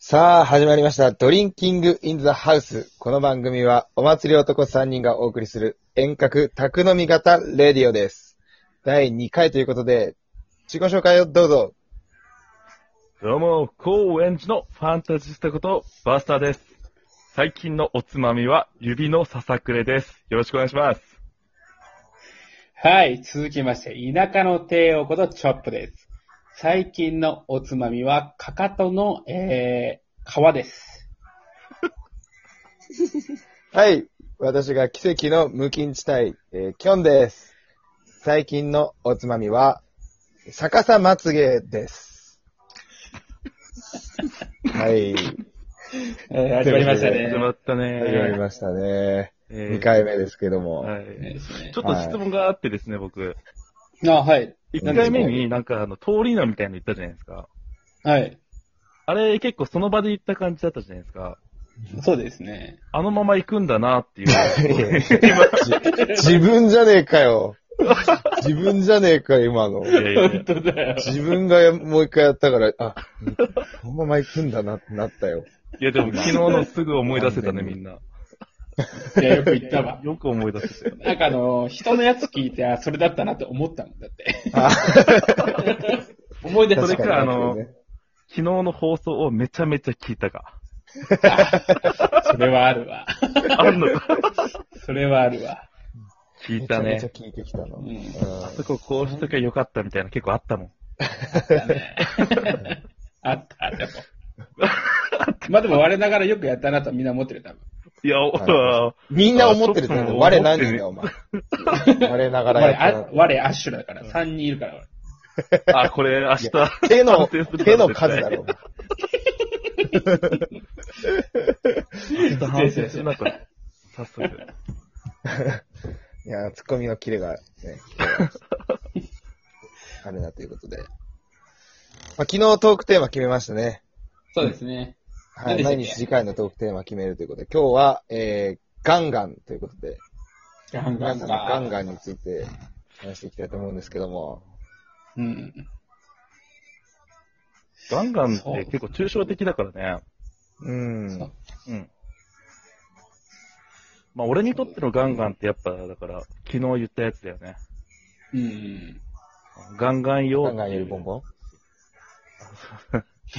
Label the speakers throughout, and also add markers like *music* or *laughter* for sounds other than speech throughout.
Speaker 1: さあ、始まりました。ドリンキングインザハウス。この番組は、お祭り男3人がお送りする遠隔宅飲み型レディオです。第2回ということで、自己紹介をどうぞ。
Speaker 2: どうも、高円寺のファンタジスタこと、バースターです。最近のおつまみは、指のささくれです。よろしくお願いします。
Speaker 3: はい、続きまして、田舎の帝王ことチョップです。最近のおつまみは、かかとの、えー、皮です。
Speaker 1: はい。私が奇跡の無菌地帯、えーキョンです。最近のおつまみは、逆さまつげです。はい。
Speaker 3: えー、始まりました
Speaker 1: え
Speaker 3: ね
Speaker 1: ー
Speaker 2: 始。まったね。
Speaker 1: 始まりましたね。
Speaker 2: えー
Speaker 1: 2回目ですけども。
Speaker 2: はい。
Speaker 3: ですね
Speaker 2: ちょっと質問があってですね、僕。
Speaker 3: あ、はい。
Speaker 2: 1回目になんか、あの、通り名みたいなの言ったじゃないですか。
Speaker 3: はい。
Speaker 2: あれ、結構その場で言った感じだったじゃないですか。
Speaker 3: そうですね。
Speaker 2: あのまま行くんだなっていう。
Speaker 1: いや *laughs* 自分じゃねえかよ。自分じゃねえかよ、今の。
Speaker 2: いやいやいや
Speaker 3: 本当だよ。
Speaker 1: 自分がもう一回やったから、あ、このまま行くんだなってなったよ。
Speaker 2: いやでも昨日のすぐ思い出せたね、みんな。
Speaker 3: いや、よく言ったわ。
Speaker 2: よく思い出せたよ。
Speaker 3: なんかあの、人のやつ聞いて、あ、それだったなって思ったもんだって。思い出
Speaker 2: それ
Speaker 3: し
Speaker 2: か
Speaker 3: た。
Speaker 2: あの昨日の放送をめちゃめちゃ聞いたか。
Speaker 3: それはあるわ。
Speaker 2: *laughs* あんのか。
Speaker 3: それはあるわ。
Speaker 2: 聞い
Speaker 1: めち
Speaker 2: た
Speaker 1: ゃめちゃ
Speaker 2: ね。
Speaker 1: 聞いてきたの。
Speaker 3: うん
Speaker 1: うん
Speaker 2: あそここうしときゃよかったみたいな結構あったもん。
Speaker 3: あった、でも。まあでも我ながらよくやったなとみんな思ってる、多分。
Speaker 2: いや、お
Speaker 1: なるほみんな思ってると
Speaker 2: あそ
Speaker 1: 思う。
Speaker 2: う
Speaker 1: 我何人だよ、お前。我ながら
Speaker 3: 我、
Speaker 1: や
Speaker 3: あ
Speaker 1: っ
Speaker 3: 我、アッシュだから、3人いるから、
Speaker 2: あ、これ明日。 *laughs*
Speaker 1: た。手の、
Speaker 2: 判定する
Speaker 1: 手の数だろ。。
Speaker 2: 明日反省するな、これ。早速。
Speaker 1: いや、ツッコミのキレが
Speaker 2: *laughs*
Speaker 1: ね、今日はあれだということで。まあ、昨日トークテーマ決めましたね。
Speaker 3: そうですね。
Speaker 1: はい、
Speaker 3: 何でしたっ
Speaker 1: 毎
Speaker 3: け
Speaker 1: 日次回のトークテーマ決めるということで、今日は、えー、ガンガンということで、
Speaker 3: ガン
Speaker 1: 皆さ
Speaker 3: ガン
Speaker 1: んのガン
Speaker 3: ガン。
Speaker 1: ガンについて話していきたいと思うんですけども、
Speaker 3: うん。
Speaker 2: ガンガンって結構抽象的だからね。
Speaker 1: うん。
Speaker 3: そう
Speaker 2: うん。まあ、俺にとってのガンガンってやっぱ、だから、昨日言ったやつだよね。
Speaker 3: うん。
Speaker 2: ガンガン用。
Speaker 1: ガンガンよりボンボン
Speaker 2: 違う違う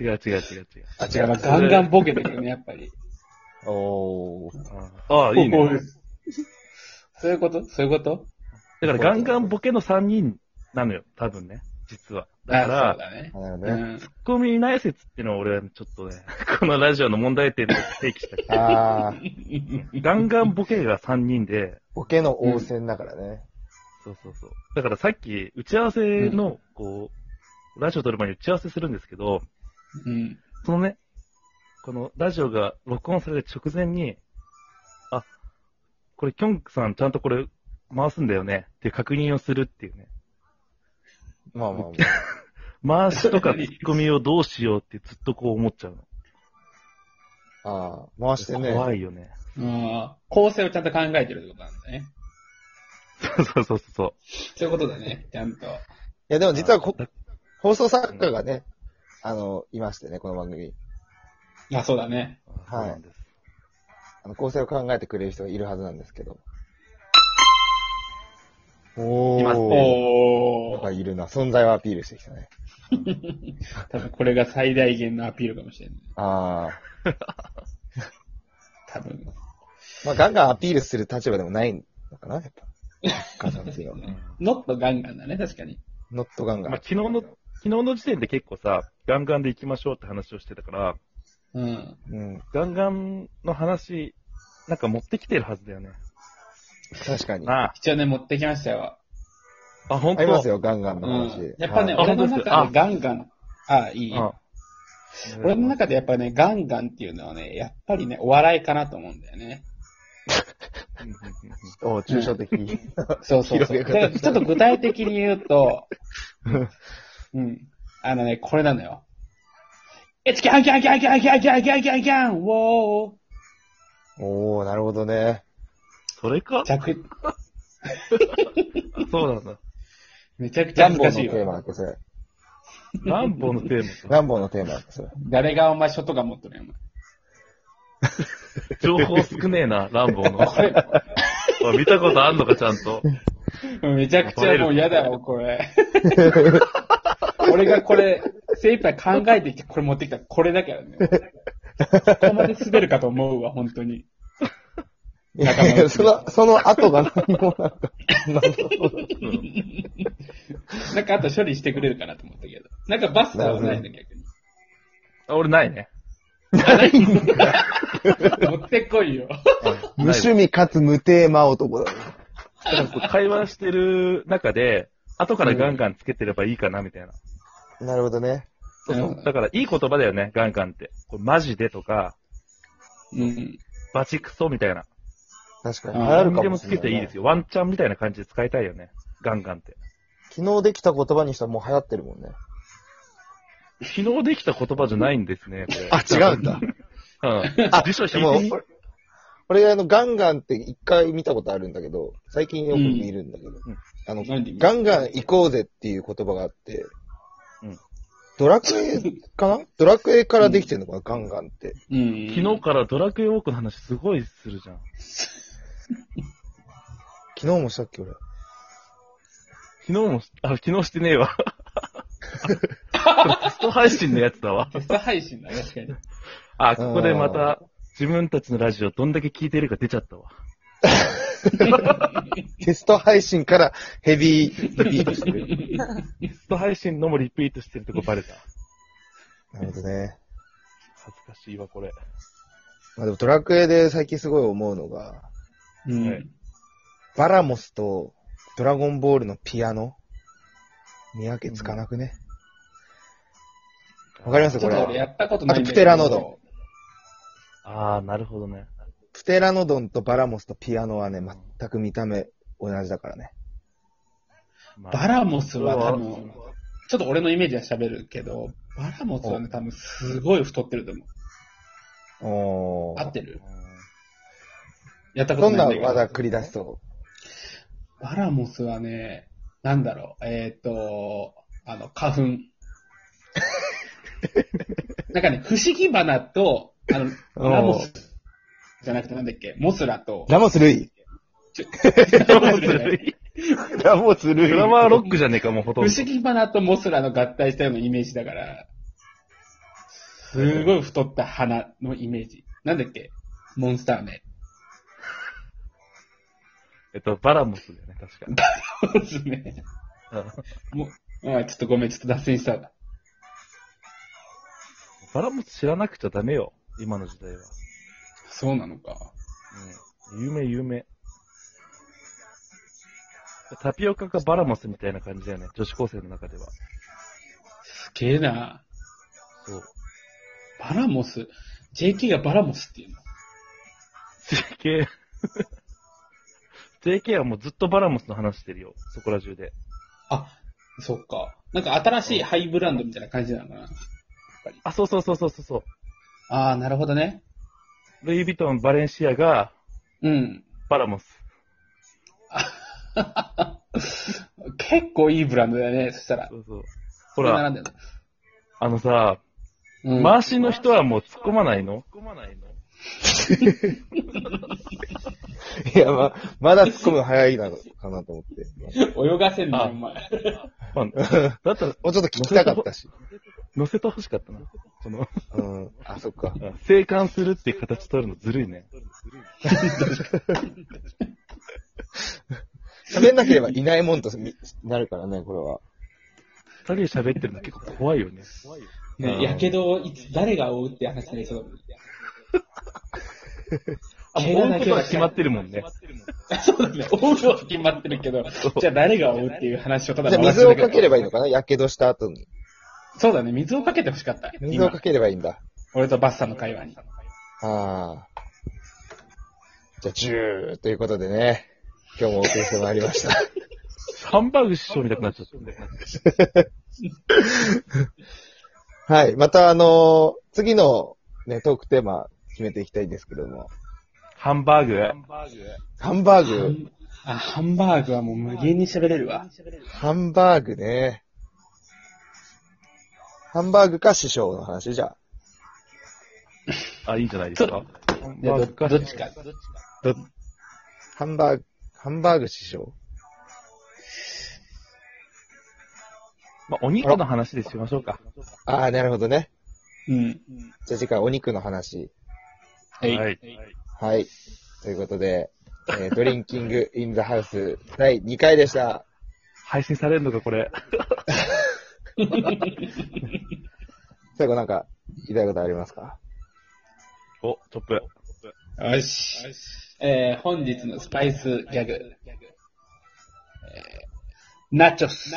Speaker 2: 違う違う。
Speaker 1: あ、違
Speaker 3: や
Speaker 1: う
Speaker 3: っぱガンガンボケてるよね、やっぱり。
Speaker 1: おー。
Speaker 2: ああ、いいね。
Speaker 3: そういうことそういうこと
Speaker 2: だからガンガンボケの3人なのよ、多分ね。実は。だから
Speaker 3: あそう、だね。
Speaker 1: なるほど
Speaker 3: う
Speaker 1: ね。
Speaker 3: ん。
Speaker 2: ツッコミない説っていうのを俺はちょっとね、 *laughs* このラジオの問題点で提起したくて。
Speaker 1: あー、
Speaker 2: ガンガンボケが3人で、
Speaker 1: ボケの応戦だからね。
Speaker 2: そうそうそう。だからさっき、打ち合わせの、こう、ラジオ撮る前に打ち合わせするんですけど、
Speaker 3: うん。
Speaker 2: そのね、このラジオが録音される直前に、あ、これ、キョンクさんちゃんとこれ回すんだよねっていう確認をするっていうね。
Speaker 1: まあまあま
Speaker 2: 回しとか突っ込みをどうしようってずっとこう思っちゃうの。
Speaker 1: あ。あー、回してね。
Speaker 2: 怖いよね。
Speaker 3: うん構成をちゃんと考えてるってことなんだね。
Speaker 2: *laughs* そうそうそうそう。
Speaker 3: そういうことだね、ちゃんと。
Speaker 1: いや、でも実はこ
Speaker 2: あ
Speaker 1: 放送作家がね、あの、いましてね、この番組。
Speaker 3: あ、そうだね。
Speaker 2: そうなんです。
Speaker 1: あの、構成を考えてくれる人がいるはずなんですけど。お
Speaker 2: いますね
Speaker 1: ー。
Speaker 3: お
Speaker 1: なんか
Speaker 3: ー。
Speaker 1: いるな。存在をアピールしてきたね。
Speaker 3: 多分これが最大限のアピールかもしれない。
Speaker 1: ああ。
Speaker 3: 多分。
Speaker 1: まあ、ガンガンアピールする立場でもないのかな、やっぱ。ガンガンっていうのは。
Speaker 3: ノットガンガンだね、確かに。
Speaker 1: ノットガンガン。
Speaker 2: まあ、昨日の、昨日の時点で結構さ、ガンガンで行きましょうって話をしてたから、
Speaker 3: うん。
Speaker 1: うん。
Speaker 2: ガンガンの話、なんか持ってきてるはずだよね。
Speaker 1: 確かに。あ
Speaker 2: あ
Speaker 3: 一応ね、持ってきましたよ。
Speaker 2: あ、本当
Speaker 1: りますよ、ガンガン
Speaker 3: う
Speaker 1: の
Speaker 3: ん
Speaker 1: 話。。
Speaker 3: やっぱね、
Speaker 1: はい
Speaker 3: 俺の
Speaker 2: あ
Speaker 3: 中でガンガン、あ、いい。
Speaker 2: うん
Speaker 3: 俺の中でやっぱね、ガンガンっていうのはね、やっぱりね、お笑いかなと思うんだよね。
Speaker 2: うんうんうん
Speaker 1: おう抽象的。
Speaker 3: そうそう
Speaker 1: 広
Speaker 3: そ
Speaker 1: げ
Speaker 3: う。だ
Speaker 1: 方
Speaker 3: からちょっと具体的に言うと、うん。あのね、これなのよ。It's キャンキャンキャンキャンキャンキャンキャンキャンキャンウォ
Speaker 1: *laughs*
Speaker 3: ー
Speaker 1: おおなるほどね。
Speaker 2: それか
Speaker 3: 着
Speaker 2: あそうなんだ。
Speaker 3: めちゃくち
Speaker 1: ジャ
Speaker 3: ゃ
Speaker 1: ンボ
Speaker 3: 難
Speaker 1: の
Speaker 3: しい
Speaker 1: テーマだ
Speaker 3: よ。
Speaker 1: っけ、それ。
Speaker 2: ランボーのテーマ。
Speaker 1: ランボーのテーマです。
Speaker 3: 誰がお前ショットガン持ってるのよ、
Speaker 2: 情報少ねえな、ランボーの。
Speaker 3: お前。こ
Speaker 2: おい見たことあんのか、ちゃんと。
Speaker 3: れ、めちゃくちゃもう嫌だよ、これ。俺がこれ、精一杯考えてきて、これ持ってきた、これだからね。ここまで滑るかと思うわ、本当に。
Speaker 1: いやその、その後が何もなんか、
Speaker 3: なんかあと処理してくれるかなと思ったけど。なんかバスターはないんだ、逆に。
Speaker 2: あ俺ないね。
Speaker 3: 持ってこいよ。
Speaker 1: 無趣味かつ無テーマ男だ。
Speaker 2: だからこう会話してる中で、後からガンガンつけてればいいかな、みたいな。
Speaker 1: なるほどね。
Speaker 2: そうそうう。
Speaker 3: ん
Speaker 2: だから、いい言葉だよね、ガンガンって。これマジでとか、
Speaker 3: うん。
Speaker 2: バチクソみたいな。
Speaker 1: 確かに。
Speaker 3: あー
Speaker 1: ある
Speaker 2: 何
Speaker 1: か
Speaker 2: でも
Speaker 1: も
Speaker 2: つ
Speaker 1: しれ
Speaker 2: け
Speaker 1: な
Speaker 2: て
Speaker 1: い、
Speaker 2: いいですよ。ワンチャンみたいな感じで使いたいよね。ガンガンって。
Speaker 1: 昨日できた言葉にしたらもう流行ってるもんね。
Speaker 2: 昨日できた言葉じゃないんですね、こ
Speaker 1: *laughs*
Speaker 2: れ。
Speaker 1: 違うんだ。
Speaker 2: うん。
Speaker 1: あ
Speaker 2: 辞書
Speaker 1: で
Speaker 2: 引
Speaker 1: も
Speaker 2: いてみ、
Speaker 1: 俺俺、あの、ガンガンって一回見たことあるんだけど、最近よく見るんだけど、
Speaker 2: ん
Speaker 1: あの、
Speaker 3: なんで
Speaker 1: ガンガン行こうぜっていう言葉があって、
Speaker 2: うん
Speaker 1: ドラクエか
Speaker 3: *laughs*
Speaker 1: なドラクエからできてるのかな、ガンガンって。
Speaker 3: うん。
Speaker 2: 昨日からドラクエウォークの話すごいするじゃん。
Speaker 1: 昨日もしたっけ、俺。
Speaker 2: 昨日もし、あ、昨日してねえ *laughs* わ。これテスト配信のやつだわ。
Speaker 3: テスト配信だ、確かに。
Speaker 2: あ、ここでまた、自分たちのラジオどんだけ聞いてるか出ちゃったわ。
Speaker 1: テスト配信からヘビーリピートしてる。
Speaker 2: テスト配信のもリピートしてるとこバレた。
Speaker 1: なるほどね。
Speaker 2: 恥ずかしいわ、これ。
Speaker 1: まあでもドラクエで最近すごい思うのが、
Speaker 3: う
Speaker 2: はい
Speaker 3: ん。
Speaker 1: バラモスとドラゴンボールのピアノ見分けつかなくね。わ、かります
Speaker 3: ちょ
Speaker 1: こ
Speaker 3: っと俺や
Speaker 1: れ。
Speaker 3: ったことないん
Speaker 1: あと
Speaker 3: だけど。
Speaker 1: プテラノド
Speaker 2: あー、なるほどね。
Speaker 1: プテラノドンとバラモスとピアノはね、全く見た目同じだからね。
Speaker 2: まあ
Speaker 3: バラモスは多分、ちょっと俺のイメージは喋るけど、バラモスはね、多分すごい太ってると思う。
Speaker 1: お
Speaker 3: 合
Speaker 1: ー
Speaker 3: ってる
Speaker 2: うん
Speaker 3: やったこ
Speaker 1: ど
Speaker 3: と
Speaker 1: ん
Speaker 3: な
Speaker 1: ない
Speaker 3: んだけど。
Speaker 1: 技繰り出しそ
Speaker 3: バラモスはね、なんだろう、えっ、と、あの、花 *laughs* 粉。なんかね、不思議花と、あ
Speaker 1: う
Speaker 3: の、
Speaker 1: ん
Speaker 3: ラモスじゃなくてなんだっけ、 *laughs* モスラと
Speaker 1: う。、ラモス・ルイ。
Speaker 2: ドラマずるい。
Speaker 1: ラモス・ル
Speaker 2: ドラマはロックじゃねえか、もうほ
Speaker 3: 不
Speaker 2: とんど。
Speaker 3: 思議花とモスラの合体したようなイメージだから、すごい太った花のイメージ。なんだっけモンスター名。
Speaker 2: えっと、バラモスだよね、確か。
Speaker 3: そうですね。
Speaker 2: うん
Speaker 3: もう、あちょっとごめん、ちょっと脱線したわ。
Speaker 2: バラモス知らなくちゃダメよ、今の時代は。
Speaker 3: そうなのか。
Speaker 2: うん。有名、有名。タピオカかバラモスみたいな感じだよね、女子高生の中では。
Speaker 3: すげえな。
Speaker 2: そう。
Speaker 3: バラモス。JK がバラモスっていうの。
Speaker 2: *laughs* JK、JK はもうずっとバラモスの話してるよ、そこら中で。
Speaker 3: あ、そっか。なんか新しいハイブランドみたいな感じなのかな。
Speaker 2: あ、そうそうそうそうそうそ
Speaker 3: ああ、なるほどね。
Speaker 2: う。ルイ・ヴィトン、バレンシアが
Speaker 3: うん。 *laughs*
Speaker 2: バラモス。
Speaker 3: 結構いいブランドだよね、そしたら。
Speaker 2: そうそう。ほら、
Speaker 3: 並んでる
Speaker 2: あのさ、
Speaker 3: のうん、
Speaker 2: 回しの人はもう突っ込まないの突っ込まないの
Speaker 1: いや、まあ、まだ突っ込むの早いなのかなと思って。
Speaker 3: 泳がせんの
Speaker 2: あ
Speaker 3: お前。
Speaker 2: まあだったら、
Speaker 1: もうちょっと聞きたかった
Speaker 3: *laughs*
Speaker 1: し。
Speaker 2: 乗せてほしかったな。この、
Speaker 1: うん。あ、そっか。
Speaker 2: あ生還するっていう形取るのずるいね。
Speaker 1: 喋んなければいないもんとみなるからね、これは。
Speaker 2: 二人で喋ってるの結構怖いよね。怖いよ。
Speaker 1: う
Speaker 3: ね、
Speaker 1: ん
Speaker 3: やけどをいつ、誰が負うって話になりそう
Speaker 2: あ、もう追うことは決まってるもんね。
Speaker 3: だ。 *laughs* そうだね。負うのは決まってるけど、じゃあ誰が負うっていう話をただ
Speaker 1: じゃあ
Speaker 3: 回して
Speaker 1: 水
Speaker 3: る
Speaker 1: を
Speaker 3: だけ
Speaker 1: かければいいのかなやけどした後に。
Speaker 3: そうだね、水をかけてほしかった。
Speaker 1: 水をかければいいんだ。
Speaker 3: 今俺とバッサの会話に。
Speaker 1: ああ。じゃあ、ジューということでね、今日もお送りしてまいりました。
Speaker 2: ハンバーグ師匠みたくなっちゃった。
Speaker 1: はい。また、あのー次のね、トークテーマ決めていきたいんですけども、
Speaker 2: ハンバーグ
Speaker 1: ハンバー
Speaker 3: ハ
Speaker 1: グ、
Speaker 3: ンあ、ハンバーグはもう無限に喋れるわ。
Speaker 1: ハンバーグね。ハンバーグか師匠の話じゃあ。
Speaker 2: あ、いいんじゃないですか。
Speaker 3: い
Speaker 2: まあ
Speaker 3: や、どどっちか。どっちか。
Speaker 1: ハンバーグ、ハンバーグ師匠
Speaker 2: まあ、お肉の話でしましょうか。
Speaker 1: ああ、なるほどね。
Speaker 3: うん。
Speaker 1: じゃあ次回お肉の話。
Speaker 3: はい。
Speaker 2: はい。
Speaker 1: はい。ということで、えードリンキングインザハウス第2回でした。
Speaker 2: 配信されるのか、これ。
Speaker 1: 最後なんか言いたいことありますか
Speaker 2: お、トップ。
Speaker 3: よし。えー、本日のスパイスギャグ。えー、ナチョス。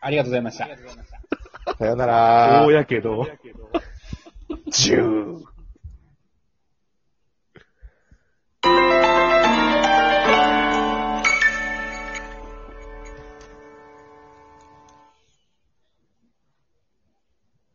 Speaker 3: ありがとうございました。
Speaker 1: さよなら。
Speaker 2: 大やけど。
Speaker 1: ジュー